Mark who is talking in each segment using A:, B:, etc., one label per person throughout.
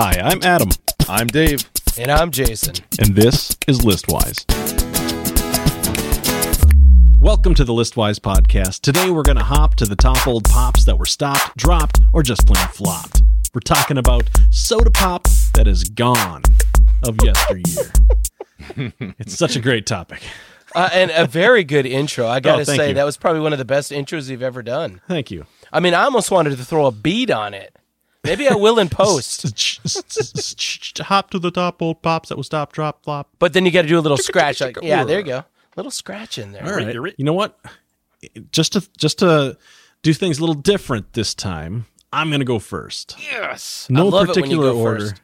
A: Hi, I'm Adam. I'm Dave.
B: And I'm Jason.
A: And this is Listwise. Welcome to the Listwise podcast. Today we're going to hop to the top old pops that were stopped, dropped, or just plain flopped. We're talking about soda pop that is gone of yesteryear. it's such a great topic.
B: Uh, and a very good intro. I got to
A: Oh, thank
B: say,
A: you.
B: that was probably one of the best intros you've ever done.
A: Thank you.
B: I mean, I almost wanted to throw a beat on it. Maybe I will in post,
A: hop to the top old pops that was stopped, drop, flop.
B: but then you got to do a little scratch. Like, yeah, there you go. Little scratch in there.
A: All right. You know what? Just to just to do things a little different this time, I'm going to go first.
B: Yes.
A: No
B: I love
A: particular
B: it when you go
A: order.
B: First. Mm.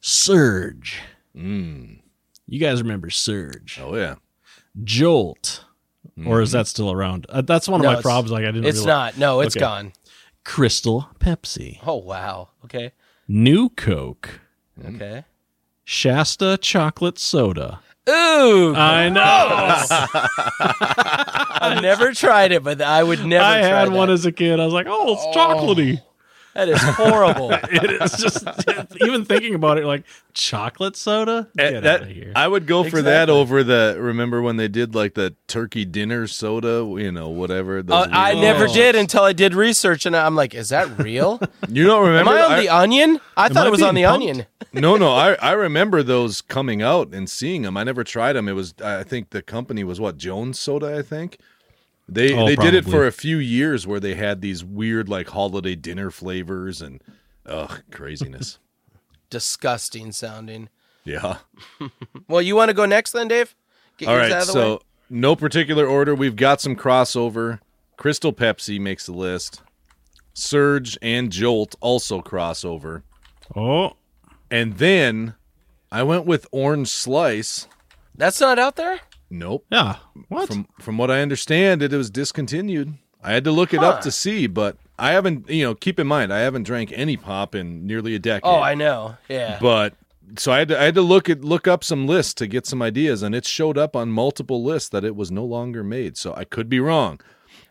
A: Surge. You guys remember Surge?
C: Oh yeah.
A: Jolt. Or is that still around? Uh, that's one of
B: Mm-hmm. No,
A: my
B: it's-
A: problems. Like I didn't.
B: It's
A: realize.
B: not. No, it's
A: Okay.
B: gone.
A: Crystal Pepsi,
B: Oh, wow. Okay.
A: New Coke,
B: Okay.
A: Shasta Chocolate Soda.
B: Ooh.
A: I know.
B: I've never tried it, but I would never
A: I
B: try
A: had
B: that.
A: one as a kid. I was like, oh, it's chocolatey.
B: that is horrible. Uh,
A: It is just even thinking about it, like chocolate soda. Get
C: Eh,
A: out
C: that-
A: of here.
C: I would go for that
B: Exactly.
C: over the remember when they did like the turkey dinner soda, you know, whatever. those
B: Uh, I
C: weird
B: never
C: ones.
B: did until I did research, and I'm like, is that real?
C: You don't
B: Am
C: remember?
B: I on the onion? I thought
A: I
B: it was on the
A: being punked?
B: onion.
C: no, no. I, I remember those coming out and seeing them. I never tried them. It was I think the company was what Jones Soda. I think they
A: Oh,
C: they did it
A: probably.
C: for a few years where they had these weird like holiday dinner flavors and ugh craziness.
B: Disgusting sounding.
C: yeah.
B: Well, you want to go next then, Dave? Get
C: All
B: yours
C: right,
B: out of the
C: so
B: way.
C: no particular order. We've got some crossover. Crystal Pepsi makes the list. Surge and Jolt also crossover.
A: oh,
C: And then I went with Orange Slice.
B: that's not out there.
C: Nope.
A: yeah. What?
C: From from what I understand, it, it was discontinued. I had to look it
B: Huh.
C: up to see, but I haven't. You know, keep in mind, I haven't drank any pop in nearly a decade.
B: Oh, I know. Yeah.
C: But so I had to, I had to look at look up some lists to get some ideas, and it showed up on multiple lists that it was no longer made. So I could be wrong.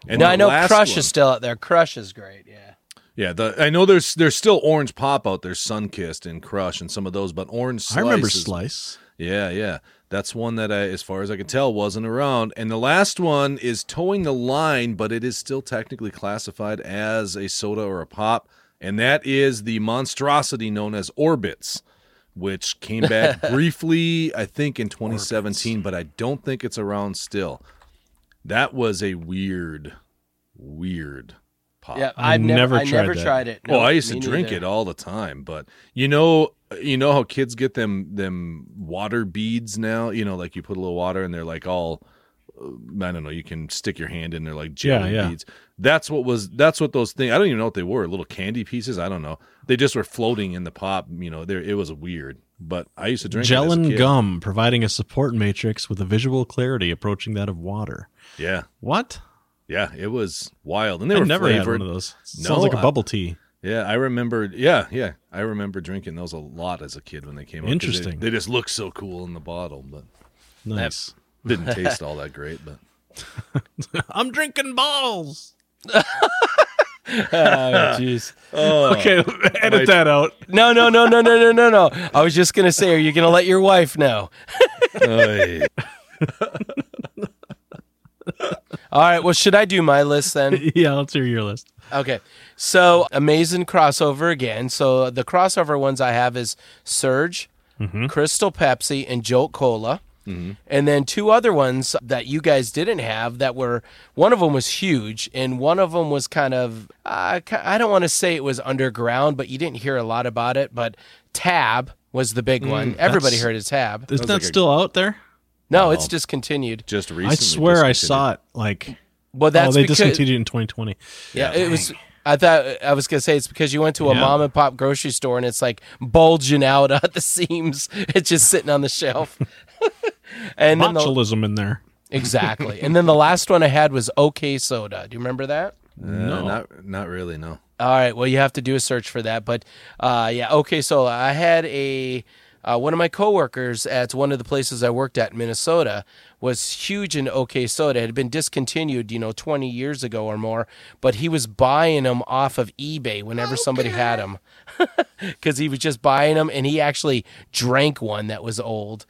C: And
B: now
C: the
B: I know
C: last
B: Crush
C: one-
B: is still out there. Crush is great. Yeah.
C: yeah. The, I know there's there's still Orange Pop out there, Sunkissed and Crush and some of those, but Orange Slice.
A: I remember
C: is-
A: Slice.
C: Yeah, yeah. That's one that I, as far as I can tell, wasn't around. And the last one is towing the line, but it is still technically classified as a soda or a pop, and that is the monstrosity known as Orbits, which came back briefly, I think, in 2017, but I don't think it's around still. That was a weird, weird pop.
B: Yeah.
A: I
B: I've
A: never
B: never. I
A: tried
B: never
A: that.
B: tried it.
C: Oh, I used to
B: me
C: drink
B: neither.
C: it all the time, but you know, uh, you know how kids get them them water beads now. You know, like you put a little water and they're like all, uh, I don't know. You can stick your hand in, they're like jelly
A: yeah.
C: beads. That's what was. That's what those things. I don't even know what they were. Little candy pieces. I don't know. They just were floating in the pop. You know, there it was weird. But I used to drink it as a
A: Gel and
C: kid.
A: gum, providing a support matrix with a visual clarity approaching that of water.
C: Yeah,
A: What?
C: yeah. It was wild, and they
A: I
C: were
A: never
C: flavored.
A: had one of those.
C: No,
A: Sounds like a
C: I-
A: bubble tea.
C: Yeah, I remember. Yeah, yeah, I remember drinking those a lot as a kid when they came out. 'cause
A: Interesting.
C: They, they just looked so cool in the bottle, but
A: Nice.
C: didn't taste all that great. But
A: I'm drinking balls.
B: Oh, jeez.
C: Uh,
A: okay, edit that out.
B: No, no, no, no, no, no, no, no. I was just gonna say, are you gonna let your wife know?
C: Ay.
B: All right. Well, should I do my list then?
A: Yeah, let's hear your list.
B: Okay. So amazing crossover again. So the crossover ones I have is Surge,
A: Mm-hmm.
B: Crystal Pepsi, and Jolt Cola. And then two other ones that you guys didn't have that were one of them was huge and one of them was kind of uh, ki- I don't want to say it was underground, but you didn't hear a lot about it. But Tab was the big one. Everybody
A: Mm, that's- Oh.
B: heard of Tab.
A: Isn't that
C: like a-
A: still out there?
B: No, it's discontinued.
C: just recently,
A: I swear I saw it. Like,
B: Well,
A: oh,
B: that's
A: they
B: because,
A: discontinued it in 2020.
B: Yeah, it was. I thought I was gonna say it's because you went to a
A: Yeah.
B: mom and pop grocery store and it's like bulging out at the seams. It's just sitting on the shelf. and then the,
A: Botulism in there.
B: exactly. And then the last one I had was OK Soda. Do you remember that?
C: discontinued. Uh, not not really. No,
B: All right. Well, you have to do a search for that. But uh, yeah, OK Soda. I had a Uh, one of my coworkers at one of the places I worked at in Minnesota was huge in OK Soda. It had been discontinued, you know, 20 years ago or more, but he was buying them off of eBay whenever somebody had them because he was just buying them and he actually drank one that was old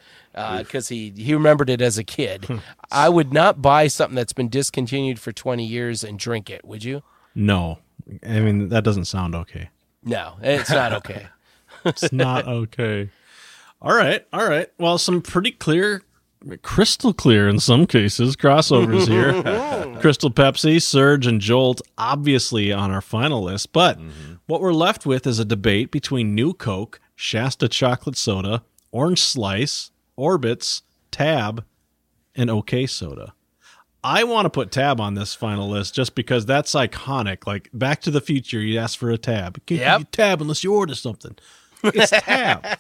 B: because he, he remembered it as a kid. I would not buy something that's been discontinued for 20 years and drink it, would you?
A: No, I mean that doesn't sound okay.
B: No, it's not okay.
A: It's not okay. All right, all right. Well, some pretty clear, crystal clear in some cases crossovers here. crystal Pepsi, Surge, and Jolt, obviously on our final list. But what we're left with is a debate between New Coke, Shasta Chocolate Soda, Orange Slice, Orbits, Tab, and OK Soda. I want to put Tab on this final list just because that's iconic. Like Back to the Future, you ask for a tab. Can't
B: Yep.
A: give you tab unless you order something. It's Tab.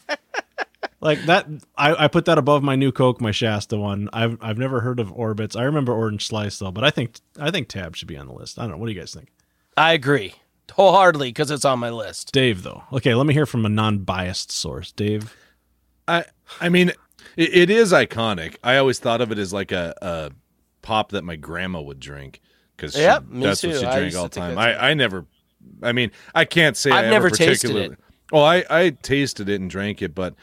A: like that, I, I put that above my new Coke, my Shasta one. I've I've never heard of Orbits. I remember Orange Slice though, but I think I think Tab should be on the list. I don't know. What do you guys think,
B: I agree wholeheartedly because it's on my list.
A: Dave? Though, okay, let me hear from a non-biased source, Dave.
C: I I mean, it, it is iconic. I always thought of it as like a, a pop that my grandma would drink because
B: Yep, me
C: that's what
B: too.
C: she
B: I
C: drank
B: used
C: all the
B: to think
C: time.
B: that's
C: I, I never, I mean, I can't say
B: I've
C: I
B: never
C: ever
B: tasted it.
C: particularly. Well, I I tasted it and drank it, but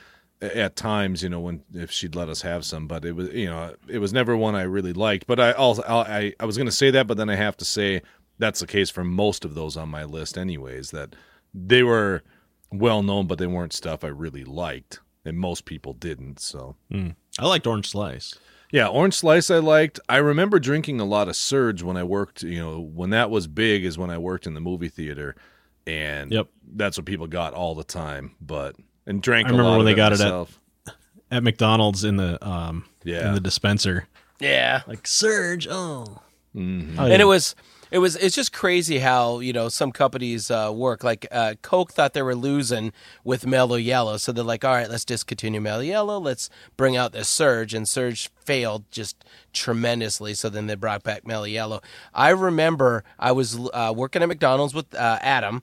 C: a- at times, you know, when if she'd let us have some, but it was you know it was never one I really liked. But I also I I was going to say that, but then I have to say that's the case for most of those on my list, anyways. That they were well known, but they weren't stuff I really liked, and most people didn't. So
A: I liked Orange Slice.
C: yeah, orange slice I liked. I remember drinking a lot of Surge when I worked, you know, when that was big is when I worked in the movie theater and
A: Yep.
C: that's what people got all the time, but and drank
A: I remember
C: a lot
A: when
C: of
A: they
C: it
A: got it at-
C: myself.
A: at McDonald's in the um
C: Yeah.
A: in the dispenser.
B: Yeah.
A: Like Surge, oh.
B: and it was it was it's just crazy how you know some companies uh, work like uh, coke thought they were losing with mellow yellow so they're like all right let's discontinue mellow yellow let's bring out the surge and surge failed just tremendously so then they brought back mellow yellow i remember i was uh, working at mcdonald's with uh, adam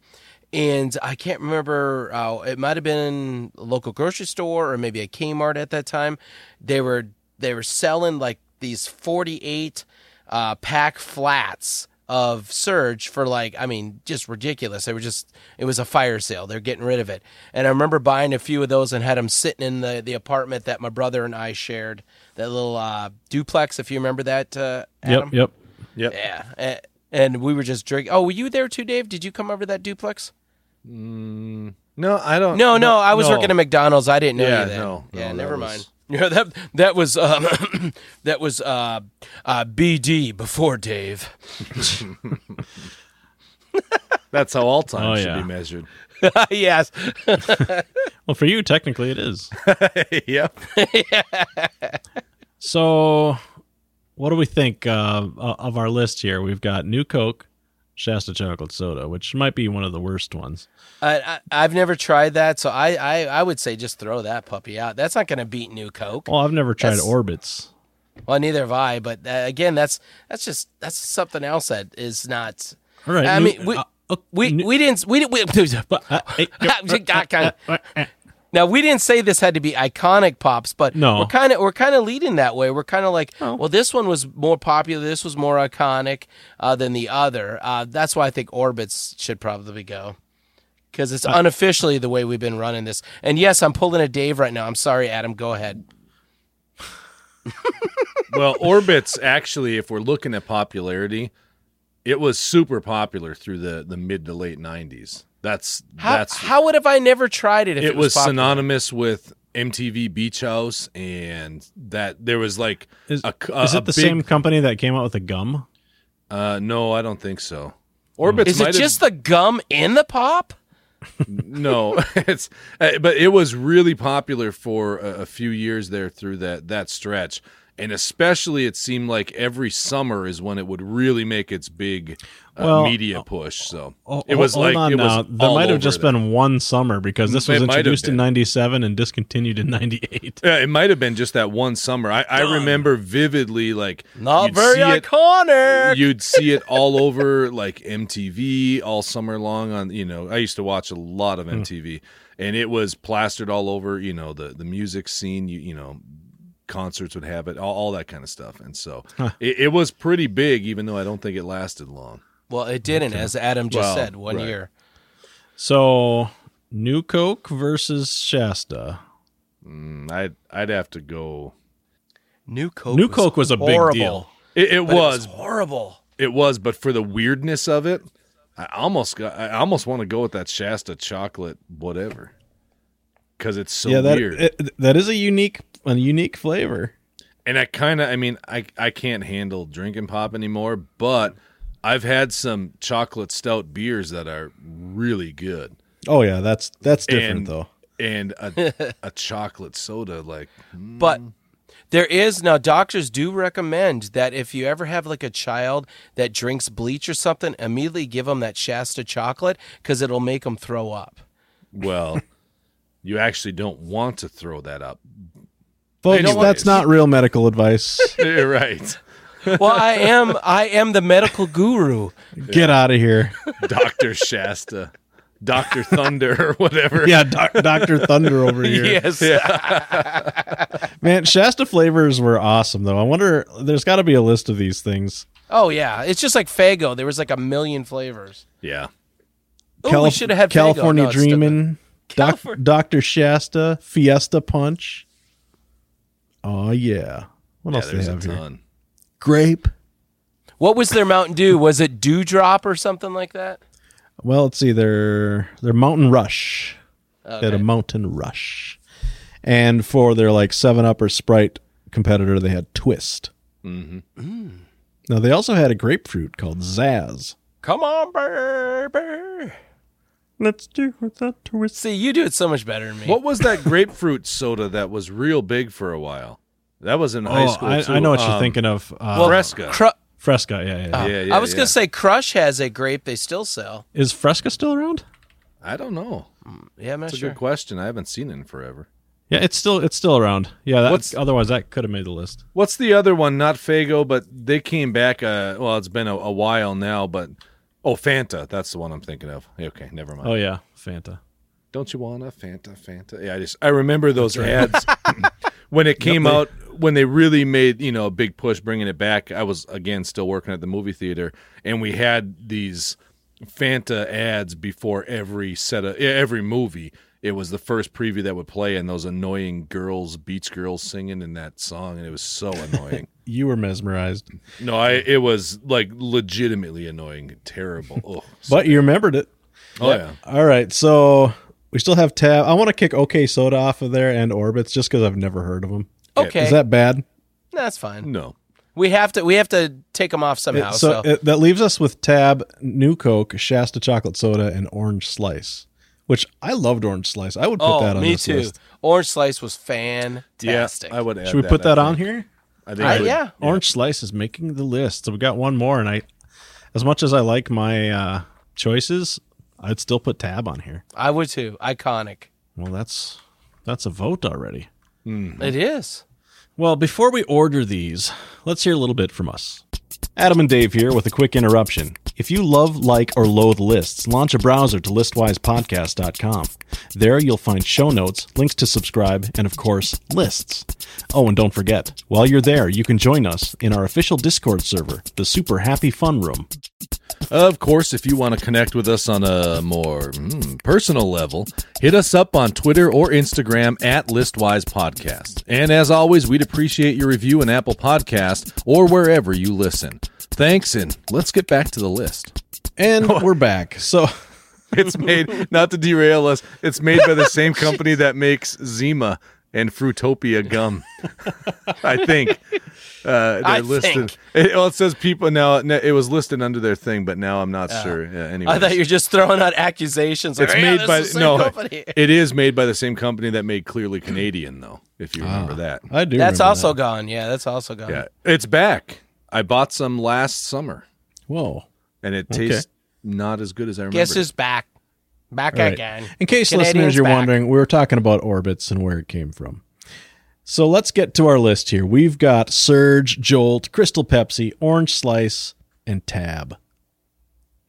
B: and I can't remember. Uh, it might have been a local grocery store or maybe a Kmart at that time. They were they were selling like these forty eight uh, pack flats of Surge for like I mean just ridiculous. They were just it was a fire sale. They're getting rid of it, and I remember buying a few of those and had them sitting in the the apartment that my brother and I shared. That little uh, duplex, if you remember that, uh, Adam.
A: Yep, yep.
C: Yep.
B: Yeah. a- And we were just drinking. Oh, were you there too, Dave? Did you come over to that duplex?
C: No, I don't
B: No, no, I was working at McDonald's. I didn't know
C: Yeah,
B: you then.
C: no, no,
B: yeah,
C: that
B: never
C: was-
B: mind. Yeah, that that was um, that was uh, uh, BD before Dave.
C: That's how all time
A: Oh,
C: should
A: yeah.
C: be measured.
B: yes,
A: Well, for you, technically it is.
C: yep.
A: so, what do we think uh, of our list here? We've got New Coke, Shasta Chocolate Soda, which might be one of the worst ones.
B: I, I I've never tried that, so I, I I would say just throw that puppy out. That's not going to beat New Coke.
A: Well, I've never tried
B: That's-
A: Orbits.
B: Well, neither have I. But uh, again, that's that's just that's something else that is not.
A: All right.
B: I
A: New-
B: mean, we
A: uh, uh,
B: we,
A: New-
B: we didn't we didn't. We,
A: but, uh, hey,
B: Now we didn't say this had to be iconic pops, but
A: No.
B: we're kind of we're kind of leading that way. We're kind of like, well, this one was more popular, this was more iconic uh, than the other. Uh, that's why I think orbits should probably go because it's unofficially the way we've been running this. And yes, I'm pulling a Dave right now. I'm sorry, Adam. Go ahead.
C: well, Orbits actually, if we're looking at popularity, it was super popular through the the mid to late 90s. That's
B: How
C: that's
B: how would have I never tried it? If it,
C: it was
B: popular?
C: synonymous with MTV Beach House, and that there was like
A: is,
C: a, c-
A: is
C: a-
A: it
C: a
A: the
C: big-
A: same company that came out with the gum?
C: Uh, no, I don't think so.
B: Mm.
C: Orbits
B: Is it
C: might have-
B: just the gum in the pop?
C: no? It's uh, but it was really popular for a, a few years there through that that stretch, and especially it seemed like every summer is when it would really make its big uh,
A: Well,
C: media push. So
A: Oh,
C: it was
A: hold
C: like
A: on
C: it was
A: now. There
C: all
A: might have
C: over
A: just
C: there.
A: been one summer because this was
C: It might have
A: introduced in
C: been.
A: '97 and discontinued in '98.
C: Yeah, it might have been just that one summer. I, I remember vividly, like
B: Not
C: you'd
B: very
C: see it-
B: iconic.
C: You'd see it all
A: Hmm.
C: over like MTV all summer long on you know, I used to watch a lot of MTV and it was plastered all over. You know, the the music scene. You you know, concerts would have it, all, all that kind of stuff. And so it, it was pretty big, even though I don't think it lasted long.
B: Well, it didn't, as Adam just
C: Well,
B: said, one
C: right.
B: year.
A: So New Coke versus Shasta.
C: Mm, I'd I'd have to go.
B: New Coke.
A: New Coke was a big
B: horrible,
A: deal.
C: It, it
B: but it was
C: was
B: horrible.
C: It was, but for the weirdness of it, I almost got, I almost want to go with that Shasta chocolate whatever, because it's so
A: yeah, that
C: weird.
A: it- that is a unique a unique flavor.
C: and I kind of, I mean, I I can't handle drinking pop anymore, but I've had some chocolate stout beers that are really good,
A: Oh yeah, that's that's different
C: And-
A: though.
C: and a, a chocolate soda like
B: But there is now doctors do recommend that if you ever have like a child that drinks bleach or something, immediately give them that Shasta chocolate because it'll make them throw up.
C: well. You actually don't want to throw that up.
A: Folks,
C: Anyways.
A: that's not real medical advice.
C: You're right.
B: Well, I am I am the medical guru.
A: Get out of here.
C: Dr. Shasta, Dr. Thunder, or whatever.
A: Yeah, doc, Doctor Thunder over here.
B: Yes.
A: Man, Shasta flavors were awesome though. I wonder there's got to be a list of these things.
B: Oh yeah. It's just like Fago. There was like a million flavors.
C: Yeah.
B: Oh, we
A: Calif-
B: should have had Faygo.
A: California
B: No, it's different.
A: Dreamin', Doc, Dr. Shasta, Fiesta Punch. Oh yeah. What
C: Yeah,
A: else do they
C: there's a
A: have here?
C: ton.
A: Grape.
B: What was their Mountain Dew? Was it Dewdrop or something like that?
A: Well, let's see. They're they're Mountain Rush. They had
B: Okay.
A: a Mountain Rush, and for their like Seven Up or Sprite competitor, they had Twist. Mm-hmm. Now they also had a grapefruit called Zazz.
B: Come on, baby.
A: Let's do with that twist.
B: See, you do it so much better than me.
C: What was that grapefruit soda that was real big for a while? That was in high
A: Oh,
C: school.
A: I,
C: too.
A: I know what you're
C: Um,
A: thinking of. Uh,
C: Fresca.
B: Cru-
A: Fresca, yeah, yeah. yeah.
C: yeah, yeah,
B: I was
C: yeah.
B: gonna say Crush has a grape they still sell.
C: Ah.
A: Is Fresca still around?
C: I don't know.
B: Yeah, I'm not
C: That's a
B: sure.
C: good question. I haven't seen it in forever.
A: Yeah, it's still it's still around. Yeah,
C: What's-
A: that's, otherwise that could have made the list.
C: What's the other one? Not Fago, but they came back. Uh, well, it's been a, a while now, but oh, Fanta. That's the one I'm thinking of. Okay, never mind.
A: Oh yeah, Fanta.
C: Don't you want a Fanta? Fanta. Yeah, I just I remember those ads when it came out when they really made you know a big push bringing it back. I was again still working at the movie theater, and we had these Fanta ads before every set of every movie. It was the first preview that would play, and those annoying girls, Beach Girls, singing in that song, and it was so annoying.
A: You were mesmerized,
C: no, I it was like legitimately annoying, and terrible. Oh,
A: but you remembered it.
C: oh yeah.
A: All right, so we still have tab. I want to kick OK Soda off of there and Orbits just because I've never heard of them.
B: Okay,
A: Is that bad?
B: that's fine.
C: no.
B: We have to we have to take them off somehow.
A: so
B: so
A: it, that leaves us with Tab, New Coke, Shasta Chocolate Soda, and Orange Slice, which I loved Orange Slice. I would put that
B: oh,
A: on
B: me
A: this
B: too.
A: list.
B: Orange slice was
C: Yeah,
B: fantastic.
C: I would. Add
A: Should we put
C: I
A: that on
C: think.
A: here?
C: I think
B: I-
C: I would-
B: yeah.
A: Orange Slice is making the list, so we got one more. And I, as much as I like my uh, choices, I'd still put Tab on here.
B: I would too. Iconic.
A: Well, that's that's a vote already. Mm-hmm.
B: It is.
A: Well, before we order these, let's hear a little bit from us. Adam and Dave here with a quick interruption. If you love, like, or loathe lists, launch a browser to listwisepodcast.com. There you'll find show notes, links to subscribe, and of course, lists. Oh, and don't forget, while you're there, you can join us in our official Discord server, the Super Happy Fun Room.
C: Of course, if you want to connect with us on a more mm, personal level, hit us up on Twitter or Instagram at Listwise Podcast. And as always, we'd appreciate your review in Apple Podcast or wherever you listen. Thanks, and let's get back to the list.
A: And we're back. So,
C: It's made not to derail us. It's made by the same company that makes Zima and Fruitopia gum. I think. Uh, they're
B: I
C: listed.
B: think.
C: It, well, it says people now. It was listed under their thing, but now I'm not sure. Yeah,
B: I
C: anyways.
B: thought you were just throwing out accusations. Like,
C: It's
B: "Oh, yeah,
C: made
B: this
C: by
B: is the same
C: no.
B: company."
C: It is made by the same company that made Clearly Canadian, though. If you
B: Ah,
C: remember that,
A: I do.
B: That's
A: remember
B: also
A: that.
B: gone. Yeah, that's also gone.
C: yeah, it's back. I bought some last summer,
A: Whoa.
C: and it tastes not as good as I remember.
B: Guess who's back? Back
A: All right.
B: again.
A: In case
B: Canadians
A: listeners, you're
B: back.
A: wondering, we were talking about orbits and where it came from. So let's get to our list here. We've got Surge, Jolt, Crystal Pepsi, Orange Slice, and Tab.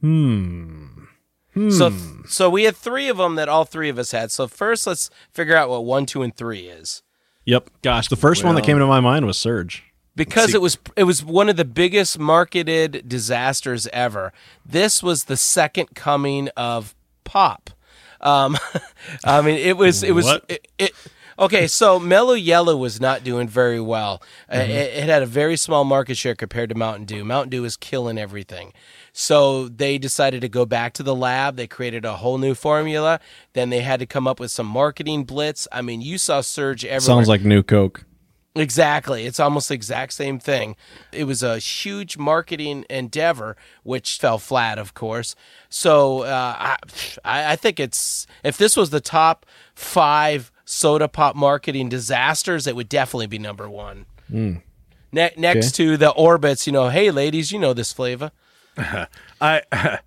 B: So so we had three of them that all three of us had. So first, let's figure out what one, two, and three is
A: Yep. Gosh, the first one that
C: Well-
A: came to my mind was Surge.
B: because it was it was one of the biggest marketed disasters ever. This was the second coming of pop. Um, I mean, it was it was
A: What?
B: it, it- okay. So Mellow Yellow was not doing very well. Uh,
A: Mm-hmm.
B: It, it had a very small market share compared to Mountain Dew. Mountain Dew is killing everything. So they decided to go back to the lab. They created a whole new formula. Then they had to come up with some marketing blitz. I mean, you saw surge everywhere.
A: Sounds like New Coke.
B: Exactly. It's almost the exact same thing. It was a huge marketing endeavor, which fell flat, of course. So uh, I, I I think it's, if this was the top five soda pop marketing disasters, it would definitely be number one. Ne- next to the Orbits, you know, hey, ladies, you know this flavor.
C: I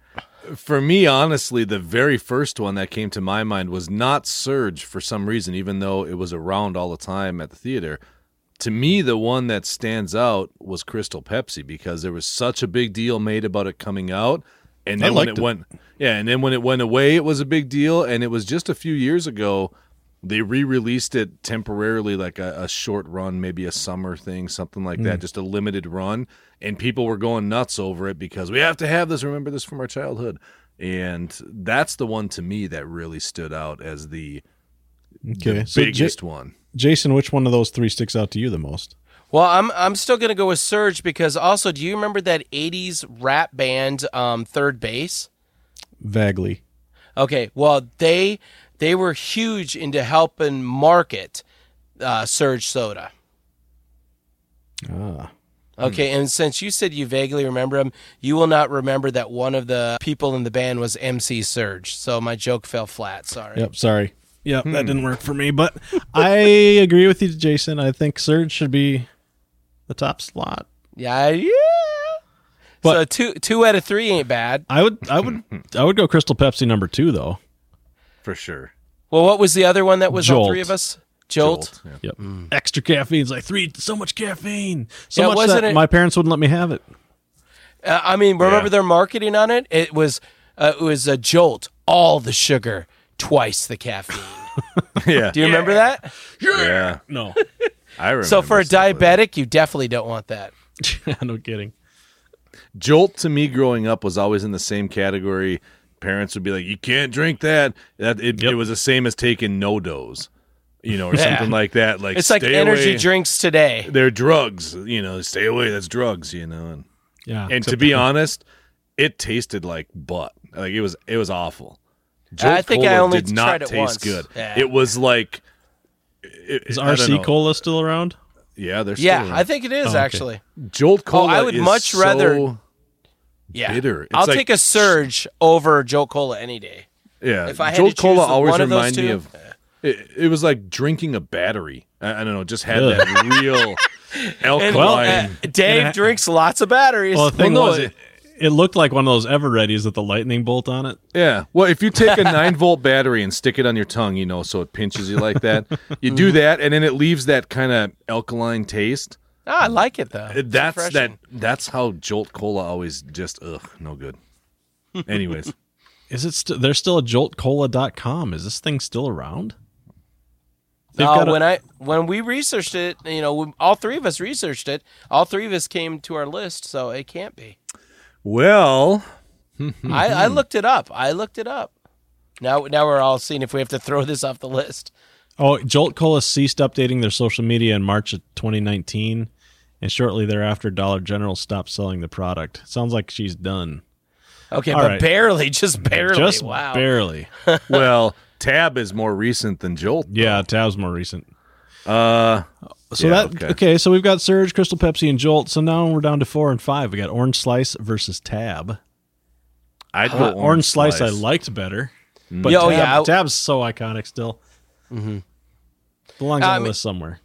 C: for me honestly the very first one that came to my mind was not Surge for some reason even though it was around all the time at the theater. To me the one that stands out was Crystal Pepsi because there was such a big deal made about it coming out and
A: I
C: then when
A: liked
C: it,
A: it.
C: went yeah and then when it went away it was a big deal and it was just a few years ago they re-released it temporarily like a, a short run maybe a summer thing something like
A: Hmm.
C: that just a limited run and people were going nuts over it because we have to have this remember this from our childhood and that's the one to me that really stood out as the
A: Okay. So, Ja-
C: biggest one
A: Jason, which one of those three sticks out to you the most?
B: Well, I'm I'm still gonna go with Surge because also, do you remember that '80s rap band, um, Third Base?
A: Vaguely.
B: Okay, well they they were huge into helping market uh, Surge Soda.
A: Ah.
B: Okay, and since you said you vaguely remember him, you will not remember that one of the people in the band was MC Surge. So my joke fell flat. Sorry.
A: Yep. Sorry. Hmm. Yep. That didn't work for me, but I agree with you, Jason. I think Surge should be the top slot.
B: Yeah. yeah.
A: But-
B: so two two out of three ain't bad.
A: I would. I would. I would go Crystal Pepsi number two though.
C: for sure
B: Well, what was the other one that was all
A: Jolt.
B: three of us? Jolt.
C: Yeah.
A: Yep.
C: Mm.
A: Extra caffeine. It's like three. So much caffeine. So
B: Yeah,
A: much
B: wasn't
A: that
B: it-
A: my parents wouldn't let me have it.
B: Uh, I mean, remember
C: Yeah.
B: their marketing on it? It was uh, it was a Jolt, all the sugar, twice the caffeine.
C: yeah
B: Do you remember that?
C: yeah
A: No.
C: i remember
B: So for a
C: stuff like that.
B: diabetic, you definitely don't want that.
A: no kidding.
C: Jolt to me growing up was always in the same category. Parents would be like, "You can't drink that." That it,
A: Yep.
C: it was the same as taking no dose, you know, or
B: Yeah.
C: something like that. Like
B: It's like
C: stay
B: energy
C: away.
B: drinks today.
C: They're drugs, you know. Stay away. That's drugs, you know. And,
A: Yeah.
C: and to be honest, it tasted like butt. Like it was, it was awful. Jolt
B: think
C: Cola
B: I only
C: did not
B: tried it
C: taste
B: once.
C: good.
B: Yeah.
C: It was like it,
A: is
C: I don't
A: RC
C: know.
A: Cola still around?
C: Yeah, there's
B: Yeah, I think it is
A: Oh, okay.
B: actually.
C: Jolt Cola.
B: I would
C: is
B: much rather-
C: so-
B: Yeah,
C: Bitter. It's
B: I'll
C: like-
B: take a surge over Jolt Cola any day.
C: Yeah,
B: If I had
C: Jolt
B: to choose
C: Cola
B: the-
C: always
B: one of those
C: remind me
B: two-
C: of. It, it was like drinking a battery. I, I don't know. Just had that real alkaline.
B: Well, uh, Dave
A: and I-
B: drinks lots of batteries.
A: Well, the thing
C: no,
A: was,
C: it-
A: it, it looked like one of those ever readies with the lightning bolt on it.
C: yeah. Well, if you take a nine volt battery and stick it on your tongue, you know, so it pinches you like that. You
B: Mm-hmm.
C: do that, and then it leaves that kind of alkaline taste.
B: No, Ah, I like it though. It's
C: That's
B: refreshing.
C: that. That's how Jolt Cola always just ugh, no good. Anyways,
A: Is it? St- there's still a JoltCola.com. Is this thing still around? They've
B: No,
A: got a-
B: Oh, when I when we researched it, you know, we, all three of us researched it. All three of us came to our list, so it can't be.
C: well,
A: Hmm.
B: I, I looked it up. I looked it up. Now, now we're all seeing if we have to throw this off the list.
A: Oh, Jolt Cola ceased updating their social media in March of 2019, and shortly thereafter, Dollar General stopped selling the product. Sounds like she's done.
B: Okay,
A: All
B: but
A: right.
B: barely, just barely.
A: Just
B: wow.
A: barely.
C: well, Tab is more recent than Jolt.
A: Yeah, Tab's more recent.
C: Uh,
A: So
C: Yeah,
A: that okay.
C: okay.
A: So we've got Surge, Crystal Pepsi, and Jolt. So now we're down to four and five. We got Orange Slice versus Tab.
C: I'd
B: Oh,
C: go
A: Uh,
C: orange,
A: Orange, Slice, I
C: like.
A: liked better, but
B: Yeah, oh,
A: Tab-
B: yeah, I-
A: Tab's so iconic still. Mm-hmm. Belongs
B: Uh,
A: on
B: I
A: the
B: mean-
A: list somewhere.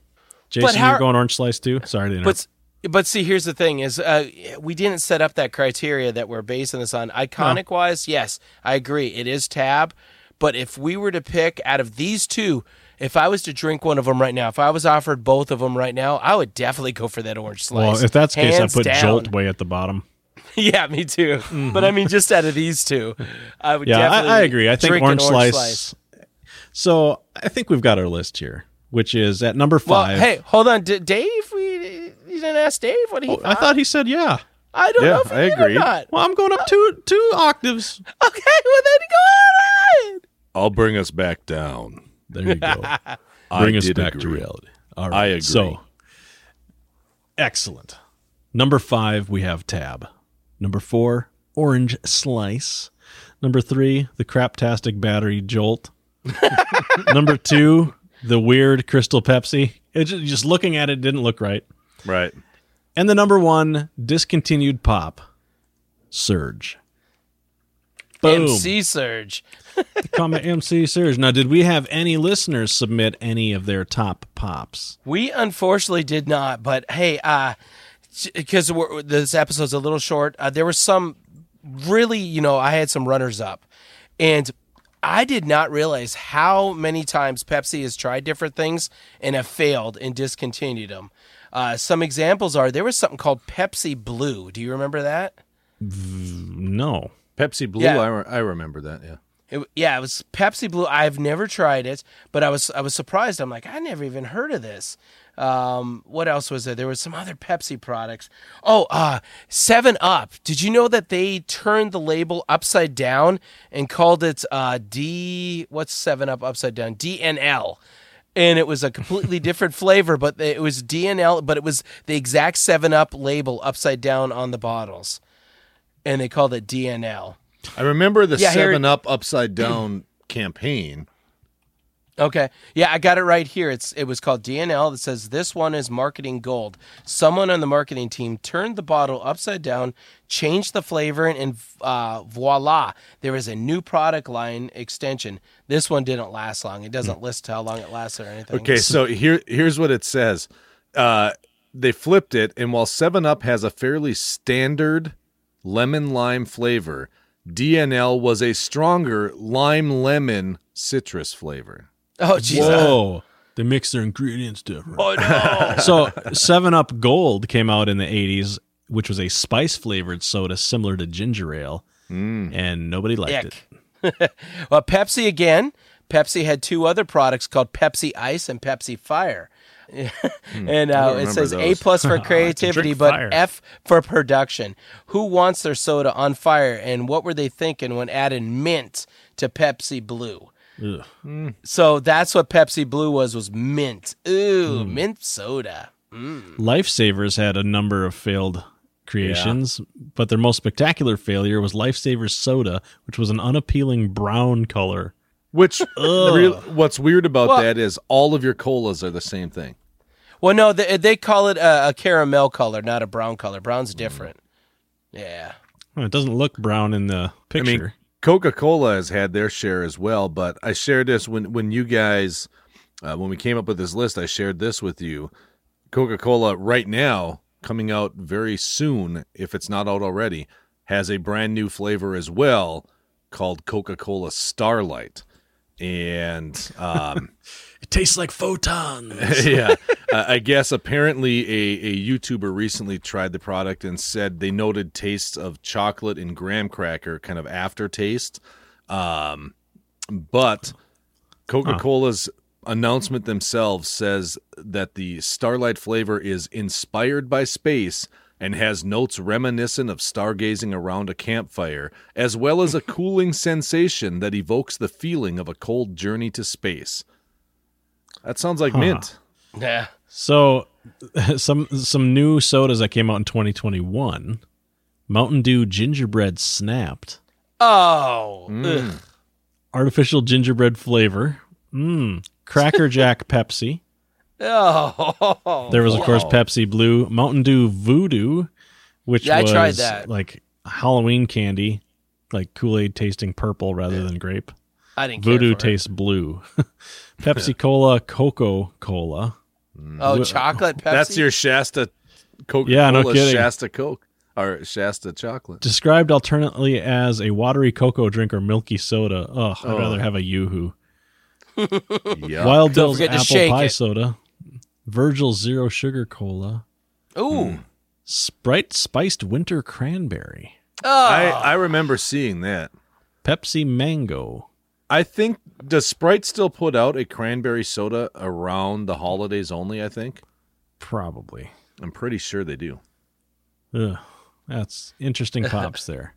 A: Jason,
B: how-
A: you're going Orange Slice too. Sorry to interrupt.
B: But but see, here's the thing: is uh, we didn't set up that criteria that we're basing this on. Iconic wise, yes, I agree, it is Tab. But if we were to pick out of these two, if I was to drink one of them right now, if I was offered both of them right now, I would definitely go for that orange slice.
A: Well, if that's the case, I
B: Hands
A: put
B: down.
A: Jolt way at the bottom.
B: yeah, me too. But I mean, just out of these two, I would.
A: Yeah, I,
B: definitely
A: I agree. I think
B: drink an
A: orange, slice, So I think we've got our list here, which is at number
B: Well,
A: five.
B: hey, hold on, D- Dave. We you didn't ask Dave what he.
A: Oh,
B: thought.
A: I thought he said yeah.
B: I don't
C: Yeah,
B: know if he
C: I
B: did or
C: agree.
B: not.
A: Well, I'm going up two two octaves.
B: Okay, well then go on.
C: I'll bring us back down.
A: There you go.
C: I
A: Bring us
C: did
A: back to
C: agree.
A: reality. All
C: I agree.
A: So excellent. Number five, we have tab. Number four, orange slice. Number three, the craptastic battery jolt. Number two, the weird crystal Pepsi. It just, just looking at it didn't look right.
C: Right.
A: And the number one discontinued pop, Surge. Boom.
B: MC Surge.
A: Comment MC Surge. Now, did we have any listeners submit any of their top pops?
B: We unfortunately did not, but hey, uh, because this episode's a little short, uh, there was some really, you know, I had some runners up, and I did not realize how many times Pepsi has tried different things and have failed and discontinued them. Uh, some examples are there was something called Pepsi Blue. Do you remember that?
A: No.
C: Pepsi Blue.
B: Yeah.
C: I, re- I remember that. Yeah.
B: It, yeah, it was Pepsi Blue. I've never tried it, but I was I was surprised. I'm like, I never even heard of this. Um, what else was there? There was some other Pepsi products. Oh, uh, Seven Up. Did you know that they turned the label upside down and called it uh, D? What's Seven Up upside down? DNL. And it was a completely different flavor, but it was DNL. But it was the exact Seven Up label upside down on the bottles, and they called it DNL.
C: I remember the
B: Yeah, Harry-
C: Seven Up upside down campaign.
B: Okay. Yeah, I got it right here. It's it was called DNL that says this one is marketing gold. Someone on the marketing team turned the bottle upside down, changed the flavor, and uh, voila, there is a new product line extension. This one didn't last long. It doesn't list how long it lasts or anything.
C: Okay, so here here's what it says. Uh, they flipped it, and while Seven Up has a fairly standard lemon lime flavor, DNL was a stronger lime lemon citrus flavor.
B: Oh Jesus.
A: Whoa. They mix their ingredients different.
B: Oh no.
A: So, Seven Up Gold came out in the '80s, which was a spice flavored soda similar to ginger ale, and nobody liked
B: Ick.
A: it.
B: well, Pepsi again. Pepsi had two other products called Pepsi Ice and Pepsi Fire.
A: Hmm,
B: and uh, it
C: remember
B: says
C: those.
B: A plus for creativity,
A: drink
B: but
A: fire.
B: F for production. Who wants their soda on fire? And what were they thinking when adding mint to Pepsi Blue?
A: Ugh. Hmm.
B: So that's what Pepsi Blue was was mint. Ooh,
A: Hmm.
B: mint soda.
A: Lifesavers had a number of failed creations, but their most spectacular failure was Lifesavers Soda, which was an unappealing brown color.
C: Which real, what's weird about
B: Well-
C: that is all of your colas are the same thing.
B: Well, no, they, they call it a, a caramel color, not a brown color.
A: Hmm.
B: Brown's different. Yeah.
A: Well, it doesn't look brown in the
C: I
A: picture.
C: mean, Coca Cola has had their share as well, but I shared this when when you guys uh, when we came up with this list. I shared this with you. Coca Cola right now coming out very soon, if it's not out already, has a brand new flavor as well called Coca Cola Starlight, and um,
A: it tastes like photons.
C: yeah. Uh, I guess apparently a, a YouTuber recently tried the product and said they noted tastes of chocolate and graham cracker, kind of aftertaste. Um, but Coca Cola's announcement themselves says that the Starlight flavor is inspired by space and has notes reminiscent of stargazing around a campfire, as well as a cooling sensation that evokes the feeling of a cold journey to space. That sounds like mint.
B: Yeah.
A: So, some some new sodas that came out in 2021: Mountain Dew Gingerbread Snapped,
B: Oh. Ugh.
C: Mm.
A: Artificial Gingerbread Flavor, mm, Cracker Jack Pepsi.
B: Oh,
A: There was of course
C: Wow.
A: Pepsi Blue, Mountain Dew Voodoo, which
B: Yeah, I
A: was
B: tried that.
A: like Halloween candy, like Kool Aid tasting purple rather than grape.
B: I didn't care
A: Voodoo
B: for it.
A: tastes blue. Pepsi Cola, Coco Cola.
B: Oh, chocolate Pepsi.
C: That's your Shasta Coke.
A: Yeah, no kidding.
C: Shasta Coke or Shasta chocolate.
A: Described alternately as a watery cocoa drink or milky soda. Ugh, I'd
B: Oh.
A: rather have a yoo-hoo.
C: Yeah.
A: Wild Bill's
B: forget to
A: apple
B: shake
A: pie
B: it.
C: Mm.
A: soda. Virgil's zero sugar cola.
B: Ooh,
A: Sprite Spiced Winter Cranberry,
B: Oh,
C: I, I remember seeing that.
A: Pepsi Mango.
C: I think does Sprite still put out a cranberry soda around the holidays only? I think
A: Probably.
C: I'm pretty sure they do.
A: Ugh, that's interesting pops there.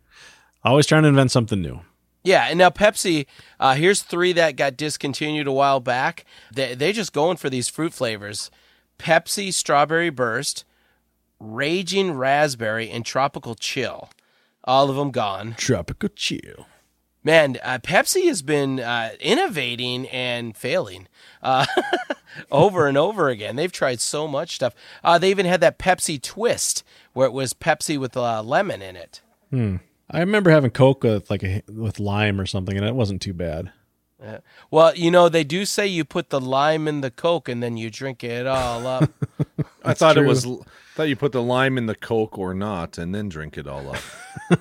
A: Always trying to invent something new.
B: yeah. And now Pepsi, uh, here's three that got discontinued a while back. They they just going for these fruit flavors: Pepsi Strawberry Burst, Raging Raspberry, and Tropical Chill. All of them gone.
A: Tropical chill.
B: Man, uh, Pepsi has been uh, innovating and failing uh, over and over again. They've tried so much stuff. Uh, they even had that Pepsi twist where it was Pepsi with uh, lemon in it.
A: I remember having Coke with like a, with lime or something, and it wasn't too bad.
B: Well, you know, they do say you put the lime in the Coke and then you drink it all up.
C: I thought it
A: true.
C: was thought you put the lime in the Coke or not, and then drink it all up.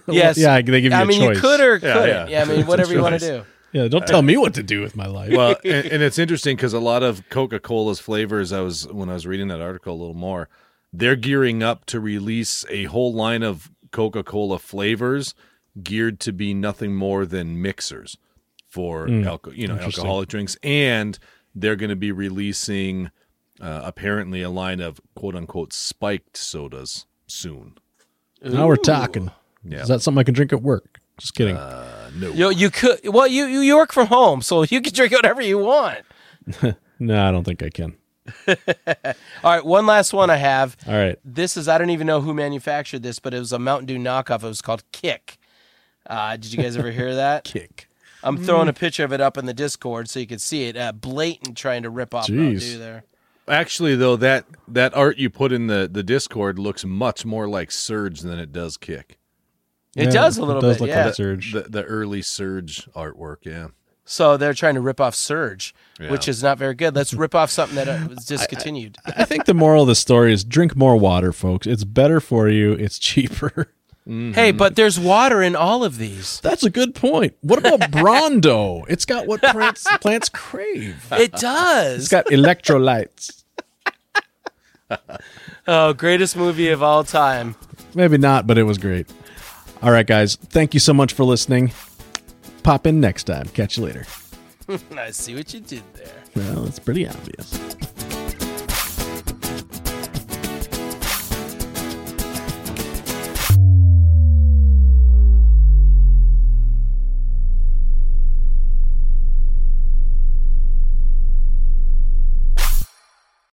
B: yes.
A: yeah, they give you
B: I
A: a
B: mean,
A: choice.
B: you could or
C: Yeah,
B: couldn't.
C: yeah.
B: Yeah, I mean,
C: It's a
B: whatever you want to
C: choice.
B: do.
A: Yeah, don't tell me what to do with my life.
C: well, and, and it's interesting because a lot of Coca Cola's flavors, I was when I was reading that article a little more, they're gearing up to release a whole line of Coca Cola flavors geared to be nothing more than mixers for alco- you know alcoholic drinks, and they're going to be releasing uh, apparently a line of quote unquote spiked sodas soon.
A: now we're talking.
C: Yeah.
A: Is that something I can drink at work? Just kidding.
C: Uh, no,
B: You, you could. Well, you, you you work from home, so you can drink whatever you want.
A: no, I don't think I can.
B: All right, one last one I have.
A: All right.
B: This is I don't even know who manufactured this, but it was a Mountain Dew knockoff. It was called Kick. Uh, did you guys ever hear that?
A: Kick.
B: I'm throwing a picture of it up in the Discord so you can see it. Uh, blatant trying to rip off Mountain
A: Jeez.
B: Dew there.
C: actually though that that art you put in the the Discord looks much more like Surge than it does Kick.
B: It does a little
A: does
B: bit,
A: Look
B: yeah.
A: Like surge.
C: the, the early surge artwork yeah
B: So they're trying to rip off Surge,
C: Yeah.
B: which is not very good. Let's rip off something that uh, was discontinued.
A: I think the moral of the story is drink more water, folks. It's better for you. It's cheaper. mm-hmm.
B: hey, but there's water in all of these.
A: That's a good point. What about Brondo? It's got what plants, plants crave.
B: It
A: It's
B: does.
A: got electrolytes.
B: oh, greatest movie of all time.
A: Maybe not, but it was great. All right, guys. Thank you so much for listening. Pop in next time. Catch you later.
B: I see what you did there.
A: Well, it's pretty obvious.